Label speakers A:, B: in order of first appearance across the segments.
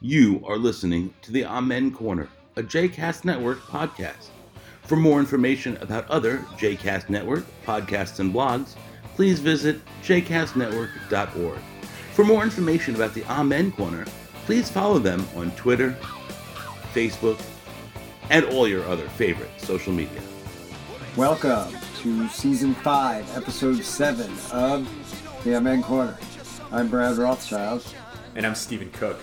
A: You are listening to the Amen Corner, a JCast Network podcast. For more information about other JCast Network podcasts and blogs, please visit jcastnetwork.org. For more information about the Amen Corner, please follow them on Twitter, Facebook, and all your other favorite social media.
B: Welcome to season five, episode seven of the Amen Corner. I'm Brad Rothschild.
C: And I'm Stephen Cook.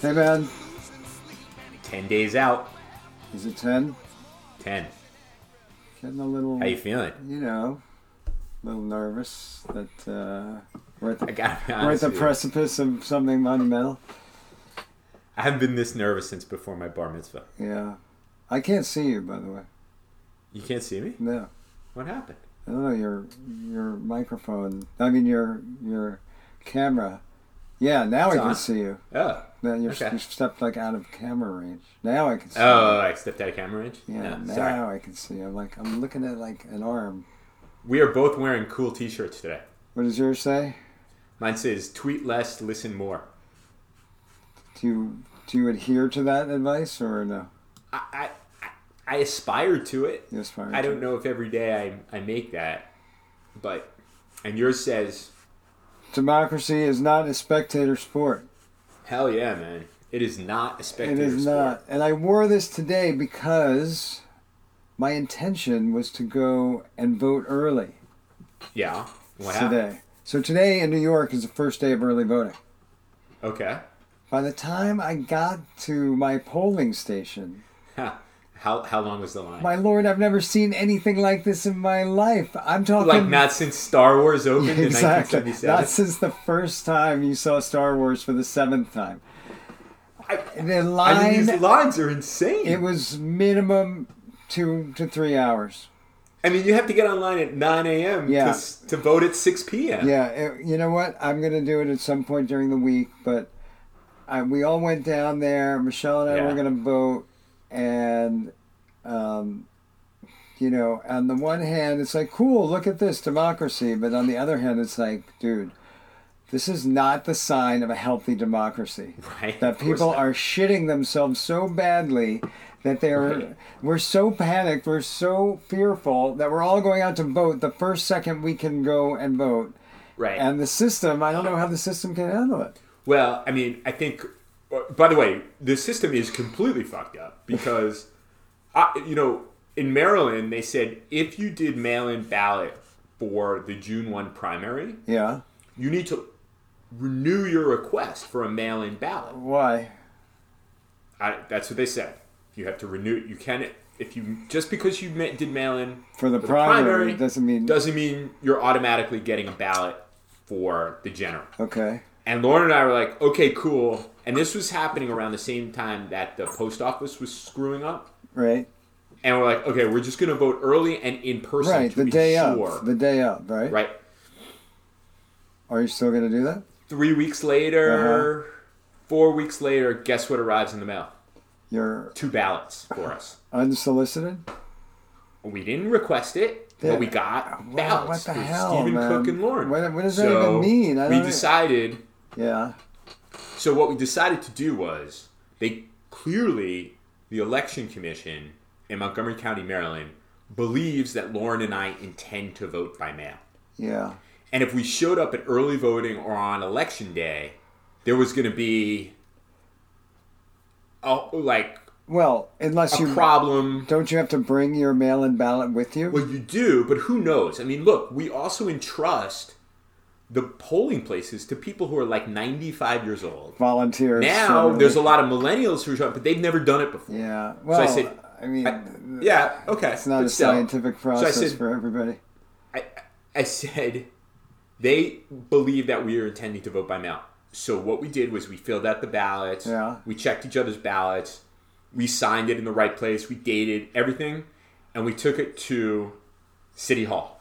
B: Hey man,
C: 10 days out.
B: is it ten?
C: 10.
B: Getting a little,
C: How you feeling?
B: you know, a little nervous that uh, we're at the,
C: I got
B: we're at the precipice of something monumental.
C: I haven't been this nervous since before my bar mitzvah.
B: Yeah, I can't see you by the way.
C: You can't see me?
B: No,
C: What happened?
B: I don't know your your microphone. I mean your your camera. Yeah, now I
C: It's
B: can
C: on.
B: see you.
C: Oh.
B: Now you're,
C: Okay.
B: you stepped like out of camera range. Now I can see. you.
C: Oh, I stepped out of camera range?
B: Yeah,
C: No,
B: now
C: sorry.
B: I can see. I'm like, I'm looking at like an arm.
C: We are both wearing cool t shirts today.
B: What does yours say?
C: Mine says tweet less, listen more.
B: Do you do you adhere to that advice or no?
C: I, I, I- I aspire to it.
B: You aspire
C: I
B: to
C: don't know if every day I, I make that, but. And yours says,
B: Democracy is not a spectator sport.
C: hell yeah, man. It is not a spectator
B: It is
C: sport.
B: not. And I wore this today because my intention was to go and vote early
C: Yeah. What happened?
B: today. So today in New York is the first day of early voting.
C: Okay.
B: By the time I got to my polling station,
C: Huh. How, how long was the line?
B: My lord, I've never seen anything like this in my life. I'm talking
C: like not since Star Wars opened in
B: exactly.
C: 1977.
B: Not since the first time you saw Star Wars for the seventh time.
C: I,
B: The
C: I mean,
B: line
C: these lines are insane.
B: it was minimum two to three hours.
C: I mean, you have to get online at 9 a.m.
B: Yeah.
C: To, s- to vote at 6 p.m.
B: Yeah, it, you know what? I'm gonna do it at some point during the week, but I, we all went down there. Michelle and I were
C: Yeah.
B: gonna vote, and um, you know, on the one hand, it's like cool, look at this democracy, but on the other hand, it's like, dude, this is not the sign of a healthy democracy.
C: Right?
B: That
C: Of course
B: people
C: not.
B: are shitting themselves so badly that they are
C: Right.
B: we're so panicked, we're so fearful that we're all going out to vote the first second we can go and vote.
C: Right.
B: And the system, I don't know how the system can handle it.
C: well, I mean, I think. By the way, the system is completely fucked up because, I, you know, in Maryland they said if you did mail-in ballot for the June one primary,
B: Yeah.
C: you need to renew your request for a mail-in ballot.
B: Why?
C: I, that's what they said. You have to renew. You can if you just because you ma- did mail in
B: For the primary, doesn't mean-
C: doesn't mean you're automatically getting a ballot for the general.
B: Okay.
C: And Lauren and I were like, okay, cool. And this was happening around the same time that the post office was screwing up.
B: Right.
C: And we're like, okay, we're just gonna vote early and in person.
B: Right.
C: to
B: The
C: be
B: day
C: sure.
B: of. The day of, right?
C: right.
B: Are you still going to do that?
C: Three weeks later,
B: Uh-huh.
C: four weeks later, guess what arrives in the mail?
B: You're
C: Two ballots for us.
B: unsolicited?
C: We didn't request it,
B: Yeah.
C: but we got ballots.
B: what the
C: for
B: hell,
C: Stephen
B: man?
C: Cook and Lauren.
B: What- what does that
C: so
B: even mean? I
C: we
B: don't-
C: decided.
B: Yeah.
C: So what we decided to do was they clearly the election commission in Montgomery County, Maryland, believes that Lauren and I intend to vote by mail.
B: Yeah.
C: And if we showed up at early voting or on election day, there was going to be a, like
B: Well, unless
C: a
B: you
C: problem
B: don't you have to bring your mail-in ballot with you?
C: Well, you do, but who knows? I mean, look, we also entrust the polling places to people who are like 95 years old.
B: Volunteers.
C: Now,
B: certainly.
C: there's a lot of millennials who show up, but they've never done it before.
B: Yeah. Well, I,
C: said-
B: mean,
C: Yeah, okay.
B: it's not
C: but
B: a
C: still.
B: scientific
C: So I
B: process
C: said,
B: for everybody.
C: I, I said, they believe that we are intending to vote by mail. So what we did was we filled out the ballots.
B: Yeah.
C: We checked each other's ballots. We signed it in the right place. We dated everything, and we took it to City Hall,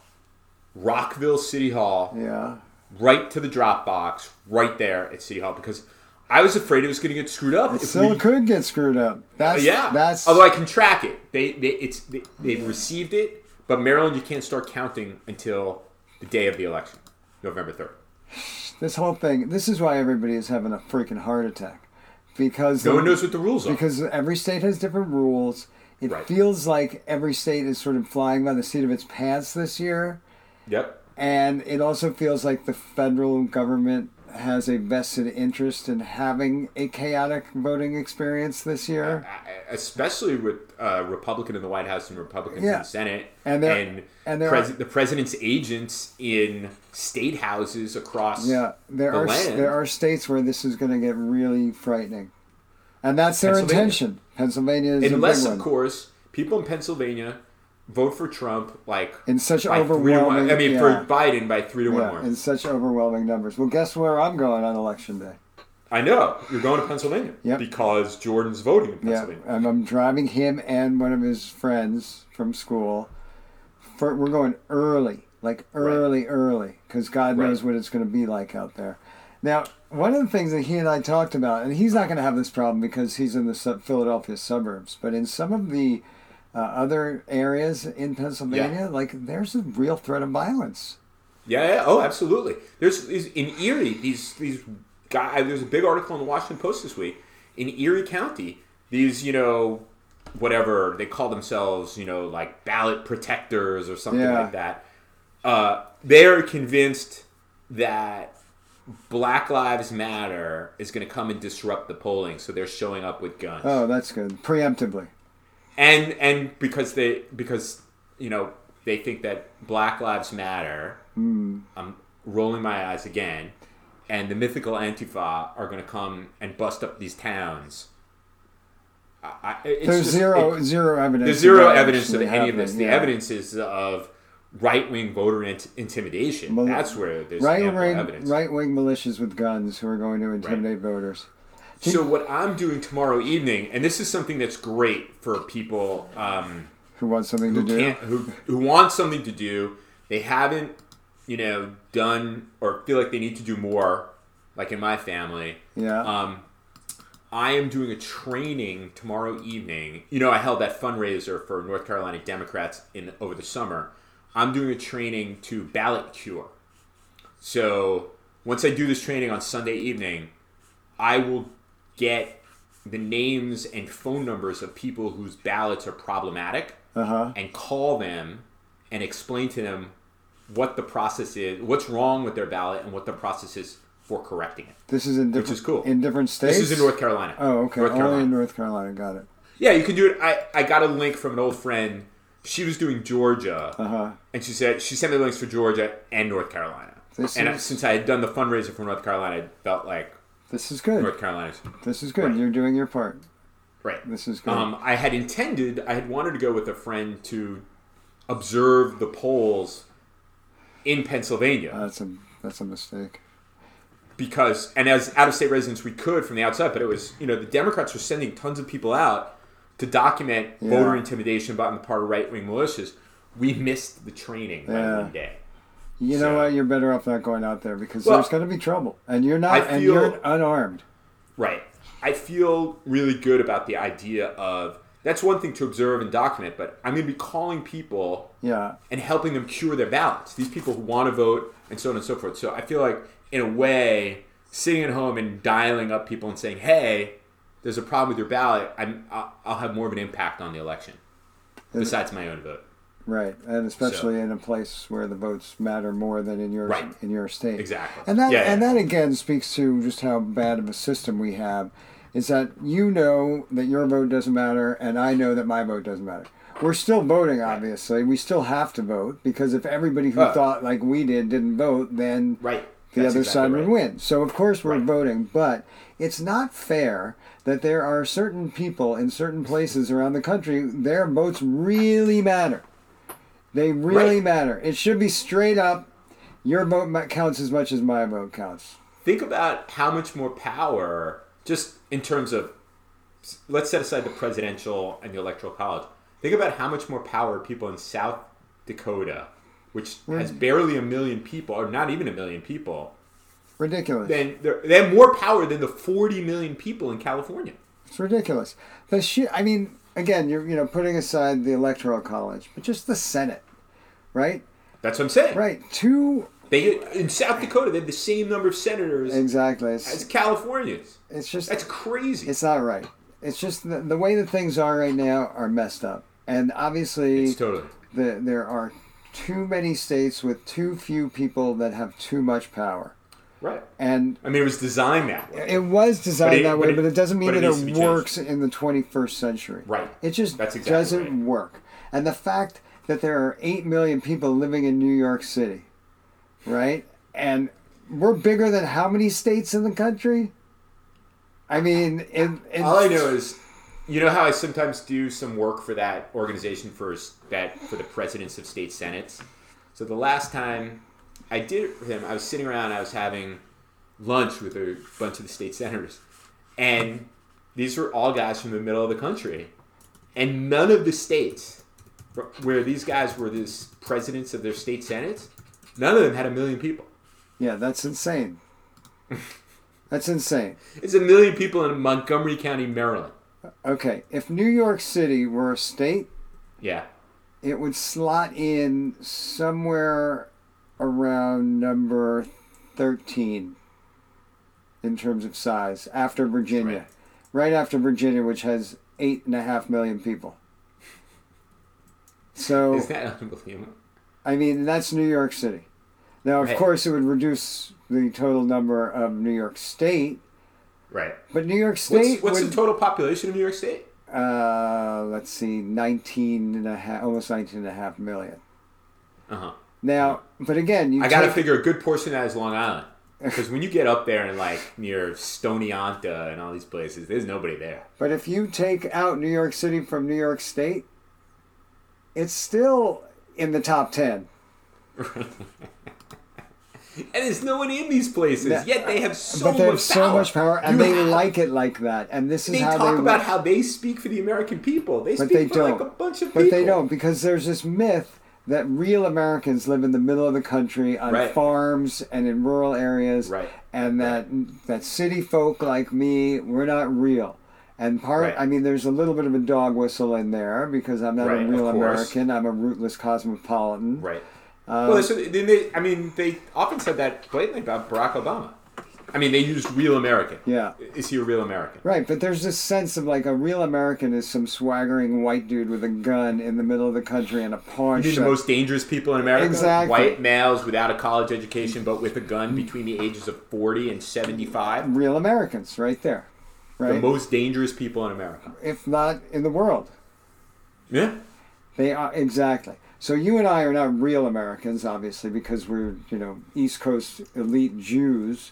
C: Rockville City Hall,
B: Yeah.
C: right to the Dropbox, right there at City Hall because I was afraid it was going to get screwed up. if
B: Still
C: we- Oh,
B: could get screwed up. That's
C: yeah.
B: That's
C: Although I can track it. They, they it's they, they've received it, but Maryland you can't start counting until the day of the election, November third.
B: this whole thing. This is why everybody is having a freaking heart attack. because
C: No one knows what the rules are.
B: because every state has different rules. It
C: Right.
B: feels like every state is sort of flying by the seat of its pants this year,
C: Yep.
B: and it also feels like the federal government has a vested interest in having a chaotic voting experience this year.
C: E, Especially with uh, Republican in the White House and Republicans in
B: Yeah.
C: the Senate,
B: And there- and there
C: pres-
B: are-
C: the president's agents in state houses across.
B: Yeah, there
C: The
B: are
C: land.
B: there are states where this is going to get really frightening, and that's their
C: Pennsylvania.
B: intention. Pennsylvania is
C: Unless,
B: a big
C: of
B: one.
C: course, people in Pennsylvania vote for Trump like
B: in such
C: by three to
B: overwhelming,
C: one. I mean,
B: yeah,
C: for Biden by three to one
B: yeah, in
C: margin.
B: such overwhelming numbers. Well, guess where I'm going on election day?
C: I know you're going to Pennsylvania
B: Yep.
C: because Jordan's voting in
B: Yeah,
C: Pennsylvania.
B: and I'm driving him and one of his friends from school. For, we're going early, like early, early, 'cause early, because God
C: Right.
B: knows what it's going to be like out there. Now, one of the things that he and I talked about, and he's not going to have this problem because he's in the sub- Philadelphia suburbs, but in some of the uh, other areas in Pennsylvania, like there's a real threat of violence.
C: Yeah, yeah, oh, absolutely. There's is- in Erie these these guy. There's a big article in the Washington Post this week in Erie County. These you know whatever they call themselves, you know, like ballot protectors or something
B: Yeah.
C: like that. Uh, they are convinced that Black Lives Matter is going to come and disrupt the polling, so they're showing up with guns
B: Oh, that's good. Preemptively.
C: and and because they because you know they think that Black Lives Matter.
B: Hmm.
C: I'm rolling my eyes again, and the mythical Antifa are going to come and bust up these towns. I, I, it's
B: There's
C: just-
B: zero,
C: it-
B: zero evidence.
C: there's zero
B: that
C: evidence of
B: actually
C: any of this.
B: happened,
C: The
B: yeah.
C: evidence is of right wing voter int- intimidation.
B: Well,
C: That's where there's
B: right
C: ample
B: wing
C: evidence.
B: right wing militias with guns who are going to intimidate voters.
C: So what I'm doing tomorrow evening, and this is something that's great for people. Um,
B: Who want something to
C: who
B: do?
C: can't who who want something to do they haven't you know done or feel like they need to do more like in my family
B: Yeah.
C: um i am doing a training tomorrow evening you know i held that fundraiser for north carolina democrats in over the summer i'm doing a training to ballot cure so once i do this training on sunday evening i will get the names and phone numbers of people whose ballots are problematic
B: Uh-huh.
C: and call them and explain to them what the process is, what's wrong with their ballot, and what the process is for correcting it.
B: This is in different
C: is cool.
B: in different states.
C: This is in North Carolina.
B: Oh, okay.
C: North Carolina.
B: Only in North Carolina. Got it.
C: yeah, you can do it. I, I got a link from an old friend. She was doing Georgia, uh-huh. and she said she sent me links for Georgia and North Carolina.
B: This
C: and I-
B: is-
C: since I had done the fundraiser for North Carolina, I felt like
B: This is good.
C: North Carolina's
B: This is good. You're doing your part.
C: Right.
B: This is good.
C: Um, I had intended, I had wanted to go with a friend to observe the polls in Pennsylvania
B: That's a that's a mistake.
C: because, and as out of state residents, we could from the outside, but it was, you know, the Democrats were sending tons of people out to document voter intimidation by on the part of right wing militias. We missed the training
B: Yeah.
C: by one day.
B: You know
C: So-
B: what? You're better off not going out there because
C: Well,
B: there's going to be trouble, and you're not
C: I
B: and
C: feel-
B: you're unarmed.
C: Right. I feel really good about the idea of that's one thing to observe and document, but I'm going to be calling people
B: Yeah.
C: and helping them cure their ballots. These people who want to vote and so on and so forth. So I feel like, in a way, sitting at home and dialing up people and saying, "Hey, there's a problem with your ballot," I'm, I'll, I'll have more of an impact on the election besides my own vote.
B: Right, and especially in a place where the votes matter more than in your
C: Right.
B: in your state.
C: Exactly.
B: And that
C: Yeah, yeah.
B: and that again speaks to just how bad of a system we have. Is that you know that your vote doesn't matter, and I know that my vote doesn't matter. We're still voting, obviously. We still have to vote because if everybody who
C: Oh.
B: thought like we did didn't vote, then
C: Right.
B: the
C: That's
B: other
C: exactly
B: side
C: right.
B: would win. So of course we're
C: Right.
B: voting, but it's not fair that there are certain people in certain places around the country their votes really matter. They really
C: Right.
B: matter. It should be straight up. Your vote ma- counts as much as my vote counts.
C: Think about how much more power, just in terms of, let's set aside the presidential and the electoral college. Think about how much more power people in South Dakota, which has barely a million people, or not even a million people,
B: Ridiculous.
C: then they're- they have more power than the 40 million people in California.
B: It's ridiculous. The shit. I mean, again, you're you know putting aside the electoral college, but just the Senate, right?
C: That's what I'm saying.
B: Right. Two
C: They in South Dakota they have the same number of senators
B: Exactly.
C: as
B: It's,
C: Californians.
B: it's just
C: That's crazy.
B: it's not right. It's just the, the way that things are right now are messed up, and obviously
C: It's totally.
B: the, there are too many states with too few people that have too much power,
C: Right.
B: and
C: I mean, it was designed that way.
B: it was designed
C: But it-
B: that way,
C: but it-
B: but it doesn't mean
C: but it
B: that
C: needs to be
B: it
C: changed.
B: works in the 21st century.
C: Right.
B: It just
C: That's exactly
B: doesn't
C: right.
B: work. And the fact that there are 8 million people living in New York City, right? And we're bigger than how many states in the country? I mean, in, in,
C: All I know is, you know how I sometimes do some work for that organization for s- that for the presidents of state senates. So the last time I did it for him, I was sitting around, I was having lunch with a bunch of the state senators, and these were all guys from the middle of the country, and none of the states fr- where these guys were these presidents of their state senates, none of them had a million people.
B: yeah, that's insane. That's insane.
C: It's a million people in Montgomery County, Maryland.
B: Okay, if New York City were a state,
C: Yeah.
B: it would slot in somewhere around number 13 in terms of size after Virginia.
C: Right.
B: Right. after Virginia, which has eight and a half million people. So,
C: Is that unbelievable?
B: I mean, that's New York City. Now, of
C: Right.
B: course, it would reduce the total number of New York State,
C: Right.
B: but New York
C: What's,
B: State
C: what's the
B: would,
C: total population of New York State?
B: uh, let's see, 19 and a half, almost 19 and a half million.
C: Uh huh.
B: Now, but again, you
C: I gotta
B: take-
C: figure a good portion of that is Long Island, because when you get up there and like near Stony Anta and all these places, there's nobody there.
B: But if you take out New York City from New York State, it's still in the top 10.
C: And there's no one in these places.
B: Yeah.
C: Yet they have so
B: but they
C: much
B: have so
C: power.
B: much power, and
C: You
B: they
C: have-
B: like it like that. And this is
C: They
B: how
C: talk
B: they
C: about how they speak for the American people. They
B: but
C: speak
B: they
C: for
B: don't.
C: like a bunch of
B: but
C: people.
B: they don't because there's this myth that real Americans live in the middle of the country on
C: Right.
B: farms and in rural areas,
C: Right.
B: and that that city folk like me, we're not real. And part,
C: Right.
B: I mean, there's a little bit of a dog whistle in there because I'm not
C: Right,
B: a
C: of
B: real
C: course.
B: American. I'm a rootless cosmopolitan.
C: Right.
B: Uh,
C: well, so then they, I mean, they often said that blatantly about Barack Obama. I mean, they used real American.
B: Yeah.
C: Is he a real American?
B: Right, but there's this sense of like a real American is some swaggering white dude with a gun in the middle of the country and a pawn
C: You mean
B: shop.
C: the most dangerous people in America?
B: Exactly.
C: White males without a college education but with a gun between the ages of 40 and 75?
B: real Americans, right there,
C: The
B: right?
C: most dangerous people in America.
B: if not in the world,
C: Yeah.
B: they are exactly. So you and I are not real Americans, obviously, because we're you know East Coast elite Jews,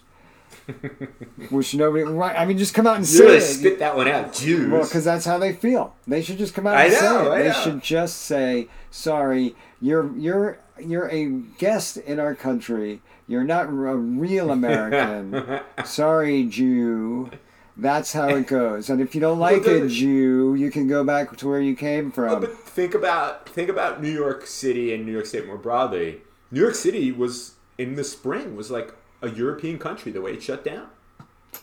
B: which nobody. Right, I mean, just come out and
C: You really
B: say it.
C: spit that one out, Jews.
B: Well, because that's how they feel. They should just come out
C: I
B: and say
C: know,
B: it.
C: I
B: they
C: know.
B: should just say, "Sorry, you're you're you're a guest in our country. You're not a real American. Sorry, Jew." That's how it goes. And if you don't like
C: the-
B: it, Jew, you can go back to where you came from.
C: but think about think about New York City and New York State more broadly. New York City was in the spring was like a European country the way it shut down.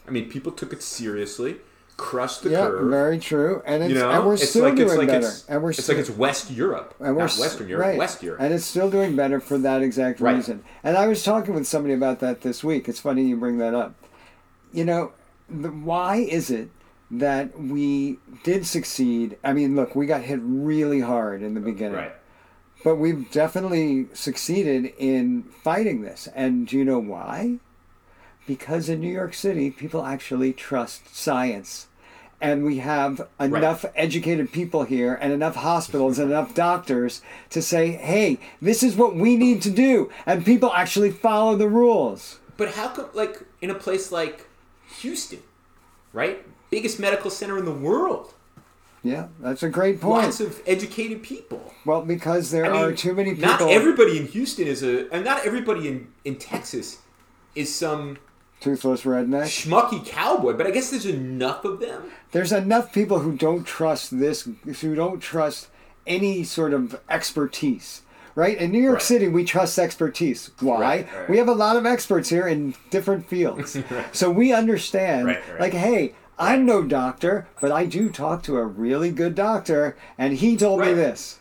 C: I mean, people took it seriously, crushed the
B: yeah,
C: curve.
B: very true. And it's,
C: you know,
B: and we're
C: it's
B: still
C: like
B: doing
C: it's like
B: better.
C: it's,
B: and we're
C: it's
B: still,
C: like it's West Europe,
B: and we're
C: not
B: s-
C: Western Europe,
B: right.
C: West Europe.
B: and it's still doing better for that exact
C: Right.
B: reason. And I was talking with somebody about that this week. It's funny you bring that up. You know, the, why is it that we did succeed? I mean, look, we got hit really hard in the beginning,
C: right.
B: but we've definitely succeeded in fighting this. And do you know why? Because in New York City, people actually trust science. And we have enough educated people here and enough hospitals and enough doctors to say, hey, this is what we need to do. And people actually follow the rules.
C: But how come, like, in a place like Houston, right? Biggest medical center in the world.
B: Yeah, that's a great
C: Lots
B: point.
C: of educated people.
B: Well, because there
C: I mean,
B: are too many people.
C: Not everybody in Houston is a, and not everybody in, in Texas is some
B: Toothless redneck.
C: schmucky cowboy, but I guess there's enough of them.
B: there's enough people who don't trust this, who don't trust any sort of expertise. Right in New York
C: Right.
B: City, we trust expertise. Why?
C: Right, right.
B: We have a lot of experts here in different fields, so we understand.
C: Right, right.
B: Like, hey, I'm no doctor, but I do talk to a really good doctor, and he told me
C: Right.
B: this.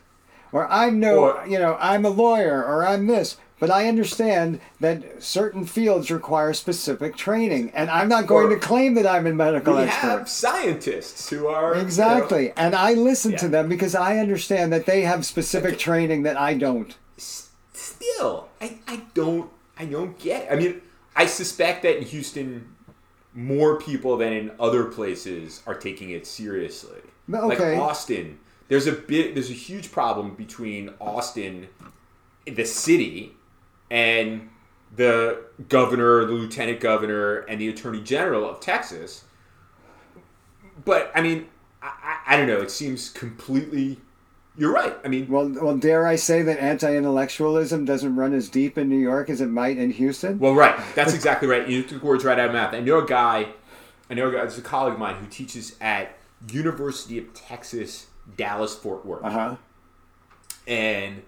B: Or I'm no,
C: Or-
B: you know, I'm a lawyer, or I'm this, But I understand that certain fields require specific training, and I'm not going
C: Or-
B: to claim that I'm a medical
C: We
B: expert.
C: have scientists who are you know,
B: Exactly. And I listen to
C: Yeah.
B: them because I understand that they have specific training that I don't.
C: s- still, I, I don't I don't get. I mean, I suspect that in Houston, more people than in other places are taking it seriously.
B: No, okay.
C: Like Austin, there's a bit there's a huge problem between Austin, the city, and the governor, the lieutenant governor, and the attorney general of Texas. But I mean, I, I, I don't know. It seems completely. You're right. I mean,
B: Well, well, dare I say that anti-intellectualism doesn't run as deep in New York as it might in Houston?
C: Well, right. That's exactly right. You took words right out of my mouth. I know a guy. I know a guy. There's a colleague of mine who teaches at University of Texas, Dallas Fort Worth,
B: Uh huh.
C: and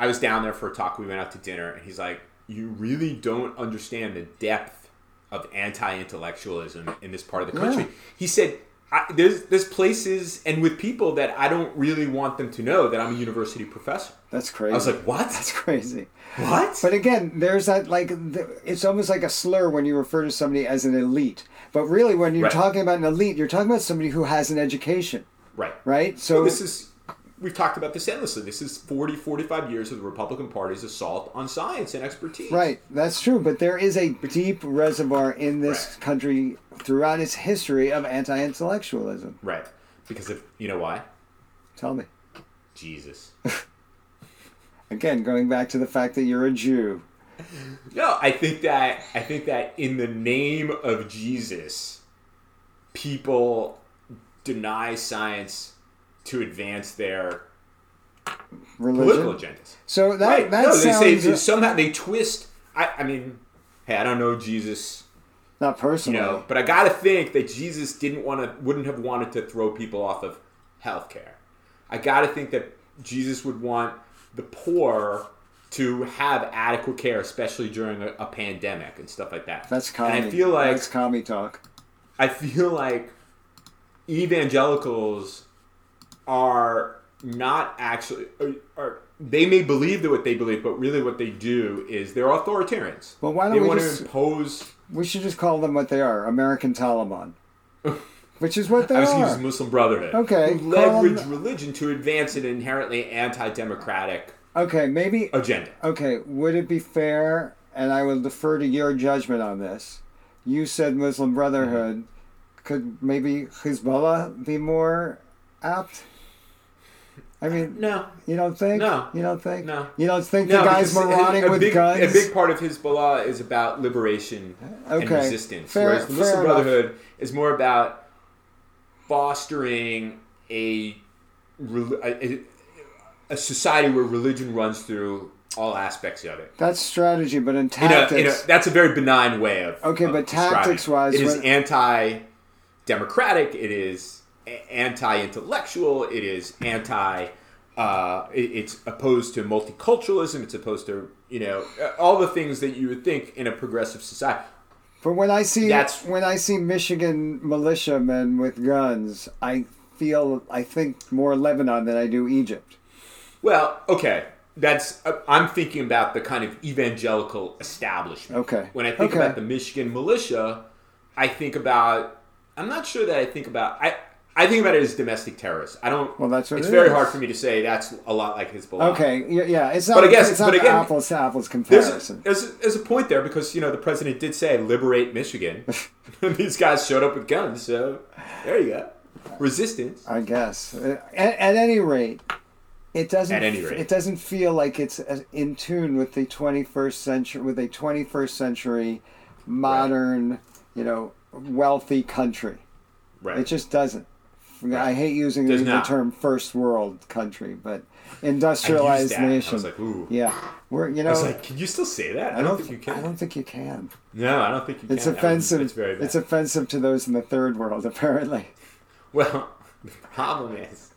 C: I was down there for a talk. We went out to dinner, and he's like, "You really don't understand the depth of anti-intellectualism in this part of the country."
B: Yeah.
C: He said. I, there's there's places and with people that I don't really want them to know that I'm a university professor.
B: That's crazy.
C: I was like, what?
B: crazy.
C: what?
B: But again, there's that like th- it's almost like a slur when you refer to somebody as an elite. But really, when you're
C: Right.
B: talking about an elite, you're talking about somebody who has an education,
C: right.
B: right? So
C: So this is we've talked about this endlessly. This is 40, 45 years of the Republican Party's assault on science and expertise.
B: Right, that's true, but there is a deep reservoir in this
C: Right.
B: country throughout its history of anti-intellectualism.
C: Right. Because of you know why?
B: Tell me.
C: Jesus.
B: Again, going back to the fact that you're a Jew.
C: no, I think that I think that in the name of Jesus, people deny science to advance their political
B: Religion.
C: agendas.
B: So that
C: right.
B: that
C: no, they
B: sounds uh,
C: say they somehow they twist I, I mean, hey, I don't know Jesus
B: not personal.
C: you know but i gotta think that jesus didn't want to wouldn't have wanted to throw people off of healthcare i gotta think that jesus would want the poor to have adequate care especially during a, a pandemic and stuff like that
B: That's
C: and
B: commie.
C: i feel like
B: that's commie talk.
C: i feel like evangelicals are not actually are, are they may believe that what they believe but really what they do is they're authoritarians
B: Well, why don't
C: they
B: we
C: want
B: just-
C: to impose
B: We should just call them what they are: American Taliban, which is what they
C: I was
B: are.
C: going to use Muslim Brotherhood.
B: Okay,
C: Who
B: call 'em
C: leverage
B: the-
C: religion to advance an inherently anti democratic
B: Okay, maybe.
C: agenda.
B: Okay, would it be fair? And I will defer to your judgment on this. You said Muslim Brotherhood. Could maybe Hezbollah be more apt? I mean,
C: No.
B: you don't think?
C: No.
B: You don't think?
C: No.
B: You don't think
C: no,
B: the guys
C: because
B: marauding
C: a, a
B: with
C: big,
B: guns?
C: A big part of Hezbollah is about liberation and
B: Okay.
C: resistance,
B: Fair-
C: whereas the
B: fair
C: Muslim
B: enough.
C: Brotherhood is more about fostering a, rel- a, a- a society where religion runs through all aspects of it.
B: That's strategy, but in
C: In a-
B: tactics.
C: in a- that's a very benign way of
B: Okay,
C: of
B: but
C: describing it.
B: tactics-wise,
C: it is
B: when-
C: anti-democratic. It is a- anti-intellectual. It is anti. Uh, it- it's opposed to multiculturalism. It's opposed to you know all the things that you would think in a progressive society.
B: But when I see
C: That's-
B: when I see Michigan militiamen with guns, I feel I think more Lebanon than I do Egypt.
C: Well, okay, that's uh, I'm thinking about the kind of evangelical establishment.
B: Okay.
C: When I think
B: Okay.
C: about the Michigan militia, I think about. I'm not sure that I think about. I I think about it as domestic terrorists. I don't.
B: Well, that's what
C: it's
B: it
C: very
B: is.
C: hard for me to say. That's a lot like Hezbollah.
B: Okay, yeah, yeah it's not.
C: But I guess-
B: it's not
C: but
B: an
C: again,
B: apples to apples
C: There's,
B: comparison.
C: there's, there's a point there because you know the president did say liberate Michigan. These guys showed up with guns, so there you go. Resistance.
B: I guess. At, at any rate, it doesn't.
C: At any rate.
B: it doesn't feel like it's as in tune with the 21st century, with a 21st century modern, you know, wealthy country.
C: Right.
B: It just doesn't. I hate using
C: Does
B: the
C: not.
B: term first world country, but
C: I used
B: industrialized
C: that.
B: nation.
C: I was like, ooh.
B: yeah, we're you know.
C: I was like, can you still say that? I, don't, think you can.
B: I don't think you can.
C: No, I don't think you
B: It's
C: can. That would-
B: offensive.
C: That's very bad.
B: It's offensive to those in the third world, apparently.
C: well, the problem is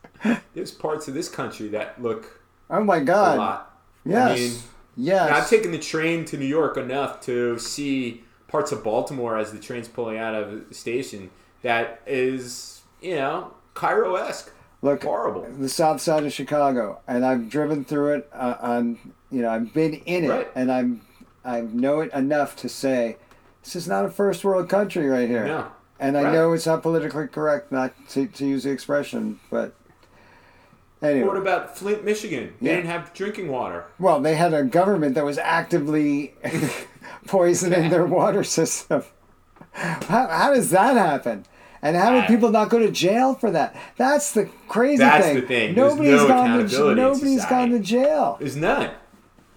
C: there's parts of this country that look
B: Oh my
C: a
B: God!
C: lot.
B: Yes,
C: I mean,
B: yes.
C: I've taken the train to New York enough to see parts of Baltimore as the train's pulling out of the station that is, you know, Cairo esque.
B: Look,
C: Horrible.
B: the South Side of Chicago, and I've driven through it. Uh, on you know, I've been in it,
C: Right.
B: and I'm I know it enough to say this is not a first world country right here.
C: No.
B: And I
C: Right.
B: know it's not politically correct not to, to use the expression, but anyway.
C: What about Flint, Michigan? They
B: Yeah.
C: didn't have drinking water.
B: Well, they had a government that was actively poisoning their water system. How, how does that happen? And how did
C: I-
B: people not go to jail for that? That's the crazy
C: That's
B: thing.
C: the thing. There's
B: Nobody's gone
C: no
B: to
C: accountability in
B: nobody's gone
C: society.
B: to jail.
C: There's none.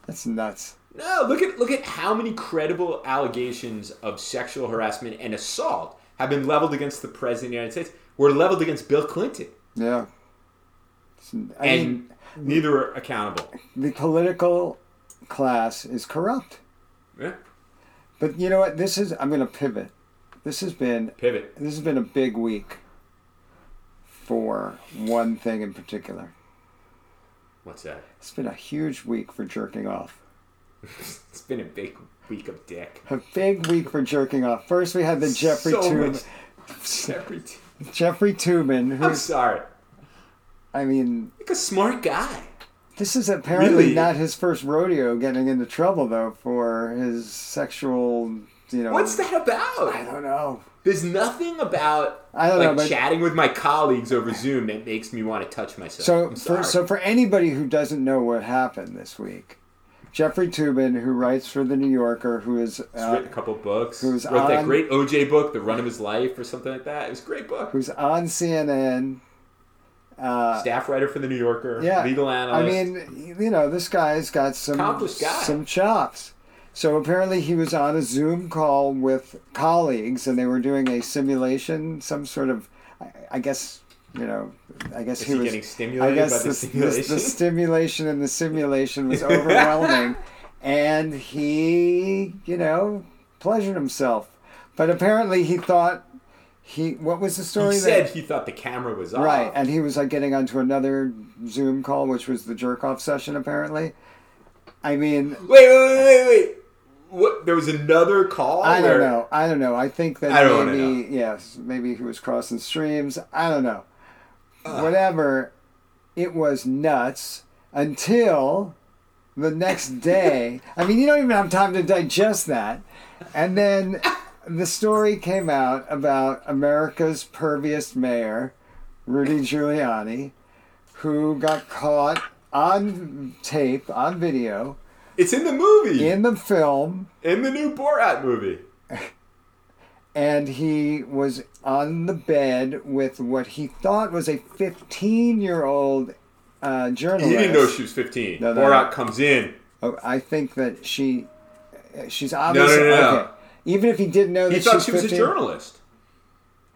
B: That's nuts.
C: No, look at look at how many credible allegations of sexual harassment and assault have been leveled against the president of the United States. Were leveled against Bill Clinton,
B: Yeah. It's- I mean,
C: and neither were accountable.
B: the political class is corrupt.
C: Yeah.
B: But you know what? This is I'm going to pivot. This has been
C: Pivot.
B: this has been a big week for one thing in particular.
C: What's that?
B: It's been a huge week for jerking off.
C: It's been a big week of dick.
B: A big week for jerking off. First, we had the Jeffrey
C: so
B: Toobin.
C: much- Jeffrey T-
B: Jeffrey Toobin,
C: I'm
B: who's
C: sorry.
B: I mean,
C: Like a smart guy.
B: this is apparently
C: Really?
B: not his first rodeo getting into trouble though for his sexual, you know.
C: What's that
B: I
C: about?
B: don't know.
C: There's nothing about
B: I don't
C: like
B: know, but-
C: chatting with my colleagues over Zoom that makes me want to touch myself.
B: So
C: I'm
B: for
C: sorry.
B: so for anybody who doesn't know what happened this week, Jeffrey Toobin, who writes for the New Yorker, who is
C: He's
B: uh,
C: written a couple books.
B: who's
C: Wrote that
B: on-
C: great OJ book, The Run of His Life, or something like that. It was a great book.
B: who's on CNN. Uh,
C: Staff writer for The New Yorker.
B: Yeah.
C: Legal
B: I
C: analyst.
B: mean, you know, this guy's got some
C: Accomplished guy.
B: some chops. So apparently he was on a Zoom call with colleagues and they were doing a simulation, some sort of I, I guess, you know, I guess
C: Is
B: he
C: he
B: was
C: getting stimulated
B: I guess
C: by the
B: The,
C: simulation?
B: the stimulation and the simulation was overwhelming and he, you know, pleasured himself. But apparently he thought he what was the story
C: he
B: that-
C: said he thought the camera was off.
B: Right, and he was like getting onto another Zoom call, which was the jerk off session, apparently. I mean,
C: Wait, wait, wait, wait, wait. What? There was another call?
B: I don't
C: where-
B: know. I don't know. I think that
C: I don't wanna
B: maybe, yes, maybe he was crossing streams. I don't know. Whatever. It was nuts until the next day. I mean, you don't even have time to digest that. And then the story came out about America's pervious mayor, Rudy Giuliani, who got caught on tape, on video,
C: It's in the movie.
B: in the film
C: in the new Borat movie.
B: and he was on the bed with what he thought was a 15 year old uh, journalist.
C: He didn't know she was 15.
B: No, no,
C: Borat
B: no.
C: comes in.
B: Oh, I think that she, she's obviously
C: no, no.
B: okay. Even if he didn't know
C: He
B: that
C: thought
B: she's
C: she was
B: 15,
C: a journalist.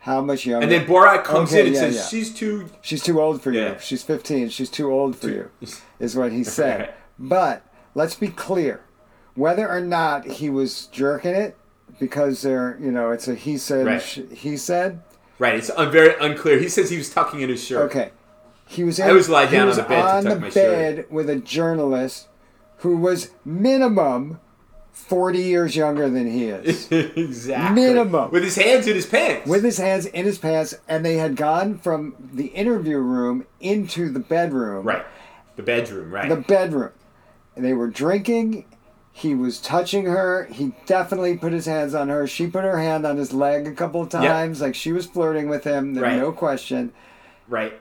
B: How much younger?
C: And then Borat comes
B: Okay,
C: in and
B: yeah,
C: says,
B: yeah.
C: she's too...
B: she's too old for you.
C: Yeah.
B: She's 15. She's too old for you, is what he said. but let's be clear, whether or not he was jerking it, because they're you know it's a he said
C: Right.
B: sh he said.
C: Right, it's un- very unclear. He says he was tucking in his shirt.
B: Okay. He was in,
C: I always lie down
B: he
C: on
B: was
C: the bed to
B: on
C: tuck
B: the
C: my
B: bed
C: shirt
B: with a journalist who was minimum 40 years younger than he is.
C: exactly.
B: Minimum.
C: With his hands in his pants.
B: with his hands in his pants and they had gone from the interview room into the bedroom.
C: Right. The bedroom, right.
B: The bedroom. And they were drinking. He was touching her. He definitely put his hands on her. She put her hand on his leg a couple of times. Like she was flirting with him,
C: Right.
B: no question.
C: right.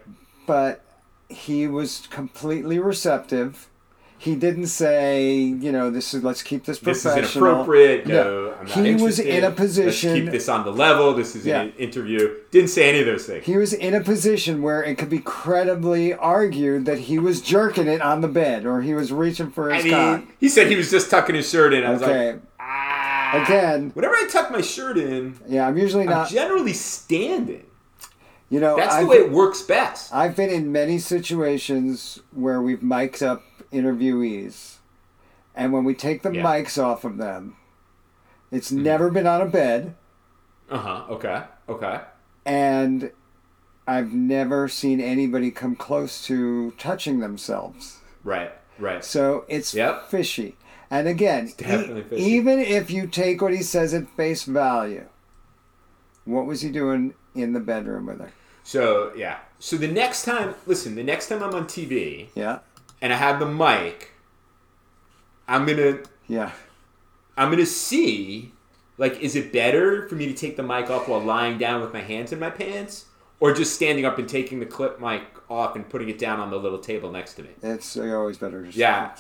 B: but he was completely receptive. He didn't say, you know, this is let's keep this
C: This
B: professional.
C: is inappropriate. No, I'm not
B: he was
C: interested.
B: in a
C: Let's keep
B: position.
C: this on the level. This is
B: Yeah.
C: an interview. Didn't say any of those things.
B: He was in a position where it could be credibly argued that he was jerking it on the bed or he was reaching for
C: I
B: his cock.
C: mean, he said he was just tucking his shirt in. I was
B: Okay.
C: like, ah.
B: Again,
C: Whenever I tuck my shirt in,
B: yeah, Oh, I'm usually
C: I'm
B: not.
C: generally standing.
B: You know,
C: That's
B: I've,
C: the way it works best.
B: I've been in many situations where we've mic'd up interviewees, and when we take the
C: Yeah. Mm-hmm.
B: mics off of them, it's never been on a bed. Uh-huh.
C: Uh huh. Okay. Okay.
B: and I've never seen anybody come close to touching themselves.
C: Right. Right.
B: So it's
C: Yep.
B: fishy. And again,
C: definitely
B: e-
C: fishy.
B: even if you take what he says at face value, what was he doing in the bedroom with her?
C: So yeah. So the next time, listen, the next time I'm on TV
B: Yeah.
C: and I have the mic, I'm gonna
B: Yeah.
C: I'm gonna see, like, is it better for me to take the mic off while lying down with my hands in my pants, or just standing up and taking the clip mic off and putting it down on the little table next to me?
B: It's always better. to
C: Yeah,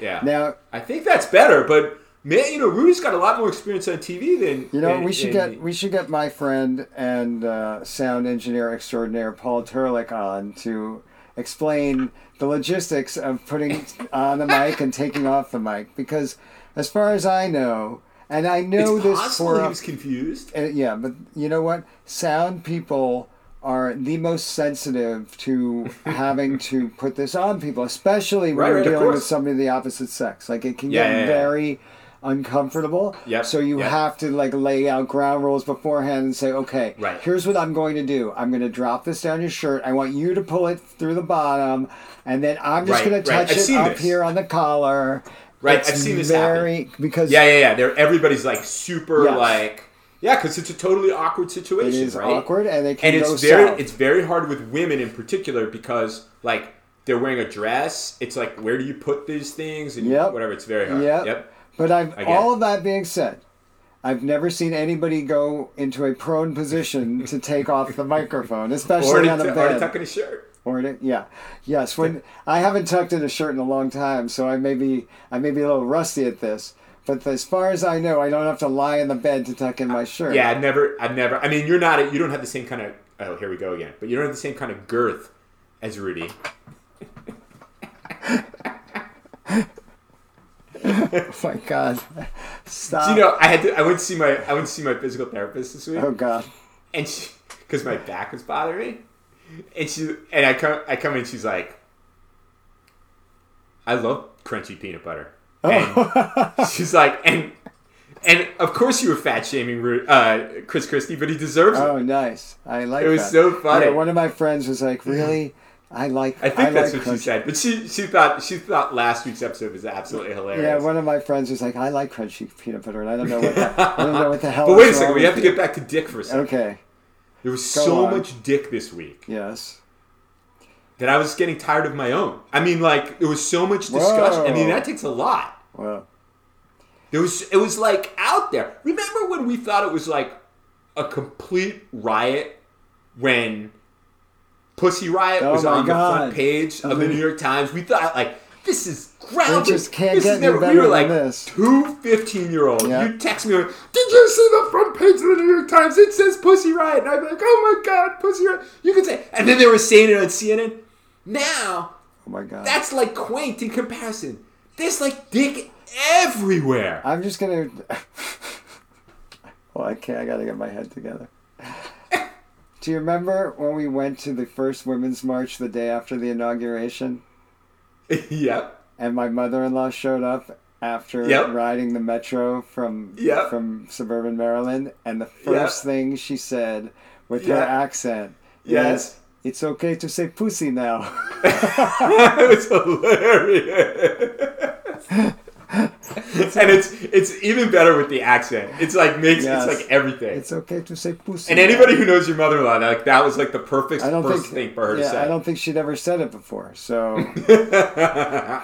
C: yeah.
B: Now,
C: I think that's better, but man, you know, Rudy's got a lot more experience on TV than
B: You know,
C: and-
B: we should
C: and-
B: get we should get my friend and uh, sound engineer extraordinaire Paul Turlick on to explain the logistics of putting on the mic and taking off the mic because, as far as I know, and I know
C: It's
B: this
C: possible
B: for
C: he
B: a,
C: was confused.
B: uh, yeah, but you know what? Sound people are the most sensitive to having to put this on people, especially when
C: Right,
B: you're
C: right, of
B: dealing with
C: course.
B: somebody of the opposite sex. Like it can
C: Yeah,
B: get
C: yeah, yeah.
B: very uncomfortable.
C: Yep,
B: So you
C: yep.
B: have to like lay out ground rules beforehand and say, okay,
C: Right.
B: here's what I'm going to do. I'm going to drop this down your shirt. I want you to pull it through the bottom, and then I'm just
C: Right,
B: going
C: right.
B: to touch
C: I've
B: it
C: seen
B: up
C: this.
B: here on the collar.
C: Right,
B: It's
C: I've seen this happen.
B: very because
C: Yeah, yeah, yeah. They're, everybody's like super
B: Yes.
C: like yeah, because it's a totally awkward
B: it
C: situation,
B: is
C: right?
B: awkward and it can
C: and
B: go
C: it's very
B: south.
C: it's very hard with women in particular because like they're wearing a dress. It's like where do you put these things and
B: Yep.
C: whatever. It's very hard.
B: Yep. But I've
C: I get
B: all
C: it.
B: of that being said, I've never seen anybody go into a prone position to take off the microphone,
C: Or
B: especially
C: to,
B: on a
C: or to
B: bed.
C: tuck in a shirt.
B: or to, yeah, yes. When I haven't tucked in a shirt in a long time, so I may be I may be a little rusty at this. But as far as I know, I don't have to lie in the bed to tuck in my shirt.
C: Yeah, I've never, I've never. I mean, you're not, a, you don't have the same kind of. Oh, here we go again. But you don't have the same kind of girth as Rudy.
B: Oh my God. Stop.
C: you know, I had to. I went to see my, I went to see my physical therapist this week.
B: oh God.
C: and she because my back was bothering me and she and i come i come in she's like i love crunchy peanut butter
B: Oh.
C: and she's like and and of course you were fat shaming Ru- uh, chris christie but he deserves
B: Oh,
C: it
B: nice. I like.
C: It was
B: that.
C: so funny. Mm-hmm.
B: Yeah, one of my friends was like, "Really? I like.
C: i think that's
B: like
C: what
B: crunchy
C: she said but she she thought she thought last week's episode was absolutely hilarious
B: Yeah, one of my friends was like, "I like crunchy peanut butter," and I don't know what the, I don't know what the hell.
C: but wait a
B: is
C: second
B: wrong
C: we have to
B: with
C: get back to dick for a
B: you.
C: second
B: Oh, Okay.
C: there was
B: Go
C: so
B: on.
C: much dick this week
B: Yes.
C: that i was getting tired of my own i mean like there was so much discussion i mean
B: Whoa.
C: that takes a lot
B: Well. oh
C: There was it was like out there. Remember when we thought it was like a complete riot when Pussy Riot
B: Oh
C: was
B: my
C: on the
B: God. Uh-huh.
C: front page of the New York Times. We thought like this is grounded.
B: just can't
C: this
B: get
C: is
B: any
C: never,
B: better
C: we were
B: than
C: like
B: this.
C: two 15 year olds.
B: Yeah.
C: You text me like, did you see the front page of the New York Times? It says Pussy Riot. And I'm like, oh my God, Pussy Riot. You could say, and then they were saying it on CNN. Now
B: Oh my God.
C: that's like quaint in comparison. There's like dick everywhere.
B: I'm just gonna. well, I can't. I gotta get my head together. Do you remember when we went to the first women's march the day after the inauguration,
C: yep.
B: and my mother-in-law showed up after
C: Yep.
B: riding the metro from
C: Yep.
B: from suburban Maryland, and the first thing she said with her
C: Yeah.
B: accent
C: Yes.
B: is, "It's okay to say pussy now."
C: it was hilarious. and it's it's even better with the accent. It's like makes
B: Yes.
C: it's like everything.
B: It's okay to say pussy.
C: and anybody who knows your mother-in-law, like that was like the perfect
B: I don't
C: first
B: think,
C: thing for her
B: yeah,
C: to say.
B: I don't think she'd ever said it before. So,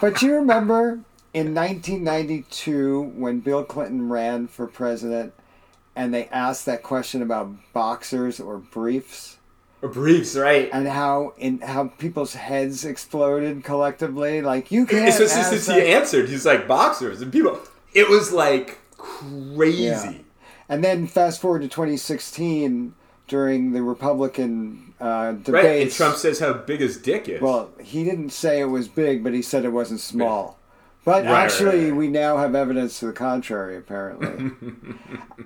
B: but you remember in 1992 when Bill Clinton ran for president, and they asked that question about boxers or briefs,
C: Or briefs, right?
B: and how in how people's heads exploded collectively. Like you can't.
C: It's just
B: ask
C: since
B: that-
C: he answered, he's like boxers and people. It was like crazy.
B: Yeah. And then fast forward to 2016 during the Republican uh, debates.
C: Right, and Trump says how big his dick is.
B: Well, he didn't say it was big, but he said it wasn't small. But
C: right,
B: actually,
C: right.
B: we now have evidence to the contrary, apparently.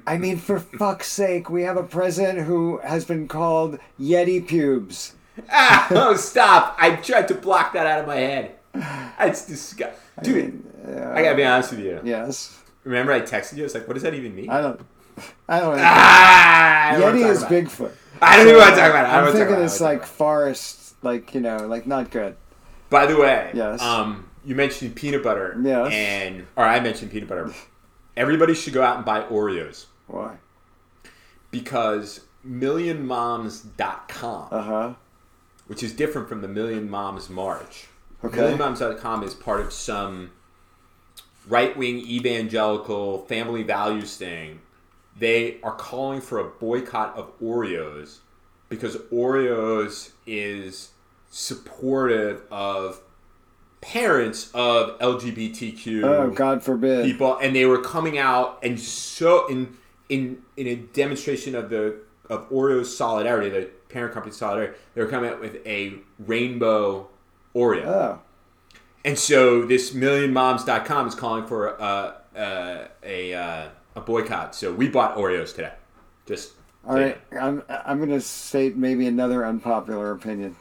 B: I mean, for fuck's sake, we have a president who has been called Yeti pubes.
C: ah, oh, stop! I tried to block that out of my head. It's disgusting, dude. I, gotta be honest with you.
B: Yes.
C: Remember, I texted you. I was like, "What does that even mean?"
B: I don't. I don't know.
C: ah, I don't wanna
B: Yeti
C: talk
B: is
C: about it.
B: Bigfoot.
C: I don't even want to talk about it. I
B: I'm
C: don't wanna talk
B: thinking
C: about it.
B: it's like forest, like, you know, like not good.
C: By the way,
B: Yes.
C: Um, you mentioned peanut butter.
B: Yes.
C: And or I mentioned peanut butter. Everybody should go out and buy Oreos
B: Why?
C: because millionmoms.com,
B: Uh huh.
C: which is different from the Million Moms March.
B: Okay.
C: MillionMoms.com is part of some right wing evangelical family values thing. They are calling for a boycott of Oreos because Oreos is supportive of parents of LGBTQ
B: Oh, God forbid.
C: people and they were coming out and so in in in a demonstration of the of Oreo's solidarity, the parent company solidarity, they were coming out with a rainbow Oreo.
B: Oh,
C: And so this millionmoms.com is calling for uh, uh, a uh, a boycott. So we bought Oreos today. Just
B: all right. I'm I'm gonna state maybe another unpopular opinion.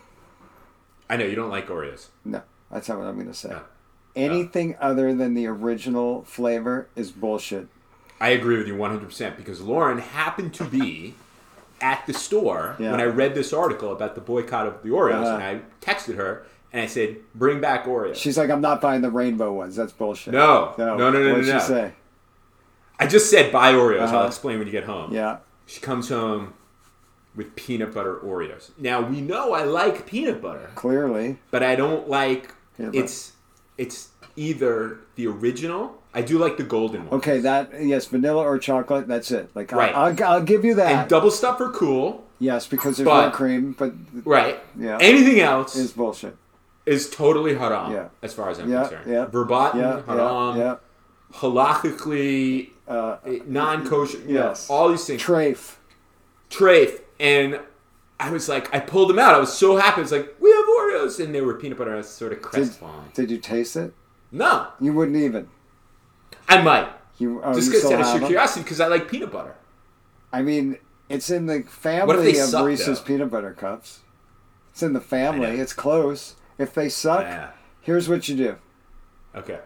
C: I know you don't like Oreos.
B: No, that's not what I'm gonna say.
C: No.
B: Anything other than the original flavor is bullshit.
C: I agree with you 100% because Lauren happened to be at the store
B: Yeah.
C: when I read this article about the boycott of the Oreos
B: Uh-huh.
C: and I texted her and I said, "Bring back Oreos."
B: She's like, I'm not buying the rainbow ones. That's bullshit.
C: No. No, no, no, no,
B: What'd she
C: no.
B: say?
C: I just said buy Oreos.
B: Uh-huh.
C: I'll explain when you get home.
B: Yeah.
C: She comes home with peanut butter Oreos. Now we know I like peanut butter,
B: Clearly.
C: but I don't like
B: Peanut butter.
C: it's it's either the original. I do like the golden one.
B: Okay. That yes, vanilla or chocolate. That's it. Like
C: Right.
B: I, will I'll give you that.
C: And double stuff are cool,
B: yes, because there's
C: But-
B: no cream, but
C: right?
B: Yeah.
C: Anything else
B: it's
C: is,
B: bullshit.
C: totally haram,
B: Yeah.
C: as far as I'm
B: Yeah,
C: concerned.
B: yeah.
C: Verboten,
B: Yeah. Yeah.
C: haram,
B: Yeah.
C: halakhically
B: Uh,
C: non-kosher.
B: Yes.
C: Yes. All these things.
B: Trafe.
C: Trafe, and I was like, I pulled them out. I was so happy. I was like, we have Oreos, and they were peanut butter. And I was sort of crestfallen.
B: Did you taste it?
C: No,
B: You wouldn't even.
C: I might
B: You, oh,
C: just
B: you
C: because
B: still
C: out of
B: have
C: sheer
B: 'em?
C: curiosity because I like peanut butter.
B: I mean, it's in the
C: What if
B: family
C: they
B: of
C: suck,
B: Reese's
C: though?
B: peanut butter cups. It's in the
C: I
B: family.
C: know.
B: It's close. If they suck,
C: Yeah.
B: here's what you do:
C: Okay.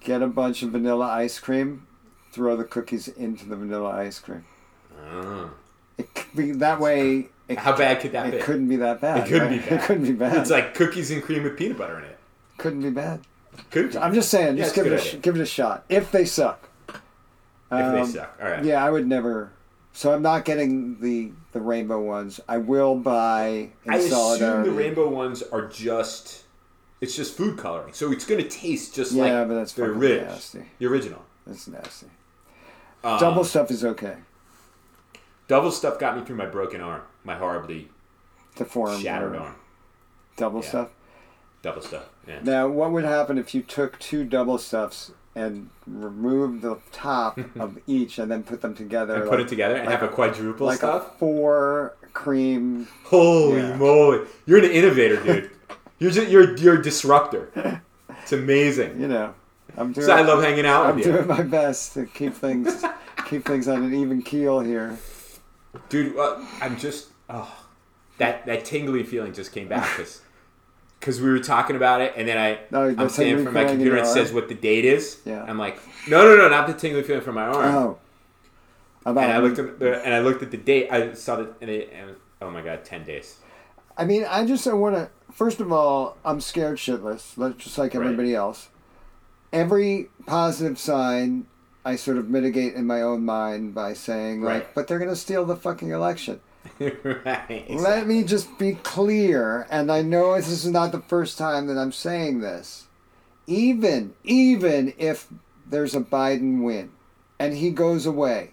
B: get a bunch of vanilla ice cream, throw the cookies into the vanilla ice cream.
C: Oh.
B: It could be that way. It,
C: How bad could that
B: it
C: be?
B: couldn't be that bad.
C: It couldn't
B: right?
C: be bad.
B: It couldn't be bad.
C: It's like cookies and cream with peanut butter in it.
B: couldn't be bad.
C: Could be.
B: I'm just saying,
C: Yeah,
B: just
C: it's a
B: give it a
C: good
B: sh-
C: idea.
B: give it a shot. If they suck,
C: if they
B: Um,
C: suck. All right.
B: Yeah, I would never. So I'm not getting the the rainbow ones. I will buy in
C: I assume
B: solidarity.
C: the rainbow ones are just. It's just food coloring, so it's going to taste just
B: Yeah,
C: like
B: but that's
C: the
B: fucking
C: ridge,
B: nasty.
C: the original.
B: That's nasty.
C: Um,
B: Double stuff is okay.
C: double stuff got me through my broken arm, my horribly
B: The forum
C: shattered
B: whatever.
C: arm.
B: Double
C: Yeah.
B: stuff.
C: Double stuff. Yeah.
B: Now, what would happen if you took two double stuffs and removed the top of each and then put them together?
C: and
B: like,
C: put it together and have a quadruple
B: like
C: stuff.
B: a four cream.
C: Holy
B: Yeah.
C: moly! You're an innovator, dude. you're just, you're you're a disruptor. It's amazing.
B: You know, I'm doing.
C: So I love hanging out
B: I'm
C: with you,
B: doing my best to keep things keep things on an even keel here.
C: dude. Uh, I'm just oh, that that tingly feeling just came back because we were talking about it, and then I
B: No, the
C: I'm
B: tingly
C: standing from my
B: feeling in
C: computer
B: your
C: and it says
B: arm?
C: what the date is.
B: Yeah.
C: I'm like, no, no, no, not the tingly feeling from my arm.
B: Oh, um, about
C: And I looked at the, and I looked at the date. I saw that, and, it, and oh my god, ten days.
B: I mean, I just don't want to. First of all, I'm scared shitless, like- just like
C: Right.
B: everybody else. Every positive sign, I sort of mitigate in my own mind by saying, like,
C: Right.
B: but they're going to steal the fucking election.
C: right.
B: Let me just be clear, and I know this is not the first time that I'm saying this. Even, even if there's a Biden win and he goes away,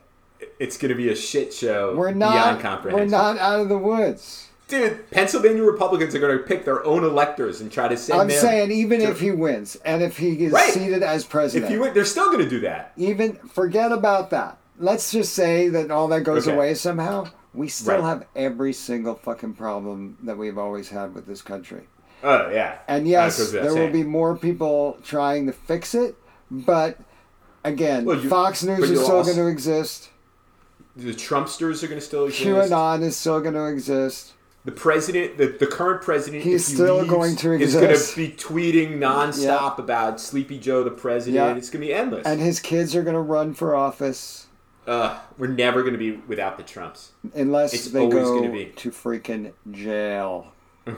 C: It's gonna be a shit show.
B: we're
C: beyond
B: not, we're
C: comprehension.
B: not out of the woods.
C: Dude, Pennsylvania Republicans are going to pick their own electors and try to send
B: I'm
C: them.
B: saying even
C: to-
B: if he wins and if he is
C: Right.
B: seated as president,
C: if you win, they're still going to do that.
B: even forget about that. Let's just say that all that goes
C: Okay.
B: away somehow. We still
C: Right.
B: have every single fucking problem that we've always had with this country.
C: Oh yeah.
B: And
C: That
B: yes,
C: goes without
B: there will
C: saying.
B: be more people trying to fix it, but again,
C: Well, you-
B: Fox News
C: but
B: is
C: you'll
B: still
C: also-
B: going to exist.
C: the Trumpsters are going to still exist.
B: QAnon is still going to exist.
C: The president, the, the current president,
B: He's
C: if he
B: still
C: leaves,
B: going to
C: Is going
B: exist.
C: to be tweeting nonstop about Sleepy Joe, the president.
B: Yeah.
C: It's going to be endless.
B: And his kids are going to run for office
C: Ugh, we're never going to be without the Trumps.
B: unless
C: It's
B: they
C: always
B: go
C: gonna be.
B: to freaking jail.
C: Oh,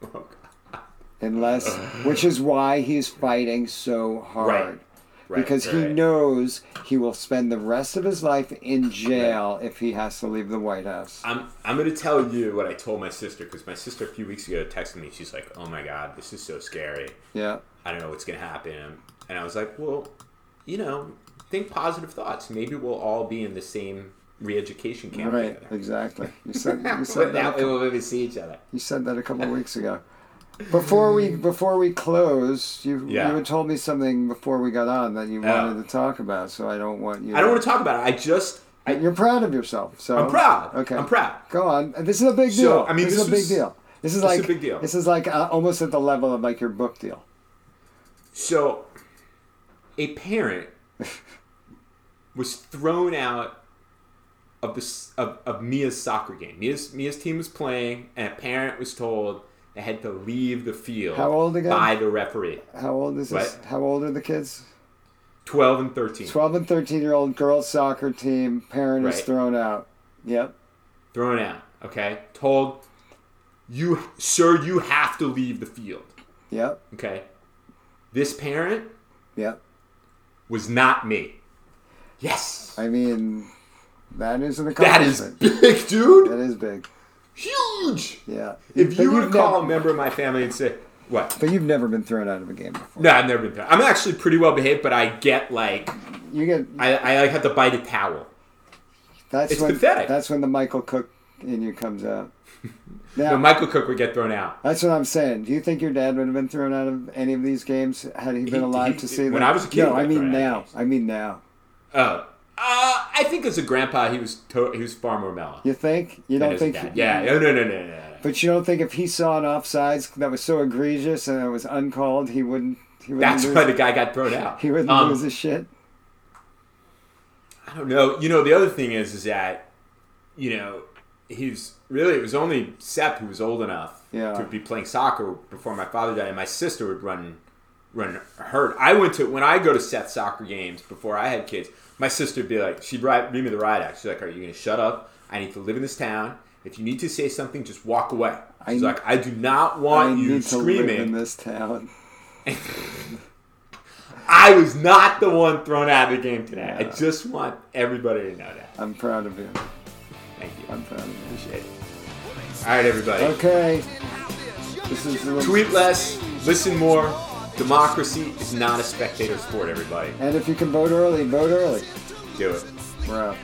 C: God.
B: unless which is why he's fighting so hard
C: Right. Right,
B: because he
C: right.
B: knows he will spend the rest of his life in jail if he has to leave the White House.
C: I'm I'm gonna tell you what I told my sister because my sister a few weeks ago texted me. She's like, "Oh my god, this is so scary.
B: Yeah.
C: I don't know what's gonna happen." And I was like, "Well, you know, think positive thoughts. Maybe we'll all be in the same re-education camp
B: Right,
C: together.
B: exactly. You said, you said
C: Without
B: that.
C: we will maybe see each other."
B: You said that a couple of weeks ago. Before we before we close, you
C: Yeah.
B: you had told me something before we got on that you
C: Yeah.
B: wanted to talk about, so I don't want you.
C: I don't want to talk about it. I just I,
B: You're proud of yourself, so
C: I'm proud.
B: Okay,
C: I'm proud.
B: Go on. And This is a big
C: So,
B: deal.
C: I mean,
B: this,
C: this
B: is a big
C: was-
B: deal. This is
C: this is
B: like
C: a big deal.
B: This is like uh, almost at the level of like your book deal.
C: So, a parent was thrown out of the s- of, of Mia's soccer game. Mia's Mia's team was playing, and a parent was told they had to leave the field.
B: How old again?
C: By the referee,
B: How old is this?
C: What?
B: How old are the kids?
C: twelve and thirteen,
B: Twelve and thirteen year old girls soccer team. Parent is
C: Right.
B: thrown out. Yep.
C: thrown out. Okay, told you, sir, you have to leave the field.
B: Yep.
C: Okay, this parent
B: Yep.
C: was not me. Yes,
B: I mean, that is an
C: that is
B: accomplishment.
C: big, dude.
B: That is big.
C: Huge.
B: Yeah.
C: If
B: But
C: you were to
B: you've
C: call a
B: never-
C: member of my family and say, "What?"
B: but you've never been thrown out of a game before.
C: No, I've never been. I'm actually pretty well behaved, but I get like
B: You get
C: I, I like have to bite a towel.
B: that's
C: it's
B: when
C: pathetic.
B: that's when the Michael Cook in you comes out. Now,
C: No, Michael Cook would get thrown out.
B: that's what I'm saying. Do you think your dad would have been thrown out of any of these games had he been alive
C: he-
B: to see them?
C: when I was a kid,
B: No,
C: he
B: I
C: got
B: mean
C: thrown out of
B: now.
C: games.
B: I mean now.
C: Oh, uh, I think as a grandpa, he was to- he was far more mellow.
B: You think? You
C: than
B: don't
C: as a
B: think?
C: dad. Yeah. No, no, no, no, no, no.
B: But you don't think if he saw an offsides that was so egregious and it was uncalled, he wouldn't? He wouldn't
C: That's
B: lose,
C: why the guy got thrown out.
B: he wouldn't
C: Um,
B: lose his shit.
C: I don't know. You know, the other thing is, is that you know, he's really it was only Sep who was old enough
B: Yeah.
C: to be playing soccer before my father died, and my sister would run run hurt. I went to when I go to Seth's soccer games before I had kids. My sister would be like, she'd ride, read me the ride act. She's like, "Are you going to shut up? I need to live in this town. If you need to say something, just walk away." She's
B: I-
C: like, "I do not
B: I
C: want you
B: need to live in
C: screaming."
B: this town.
C: I was not the one thrown out of the game today. I just want everybody to know that.
B: I'm proud of you.
C: Thank you.
B: I'm proud of you.
C: Appreciate it. All right, everybody.
B: Okay. This is the
C: Tweet less, listen more. Democracy is not a spectator sport, everybody.
B: And if you can vote early, vote early.
C: Do it.
B: We're out.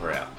C: We're out.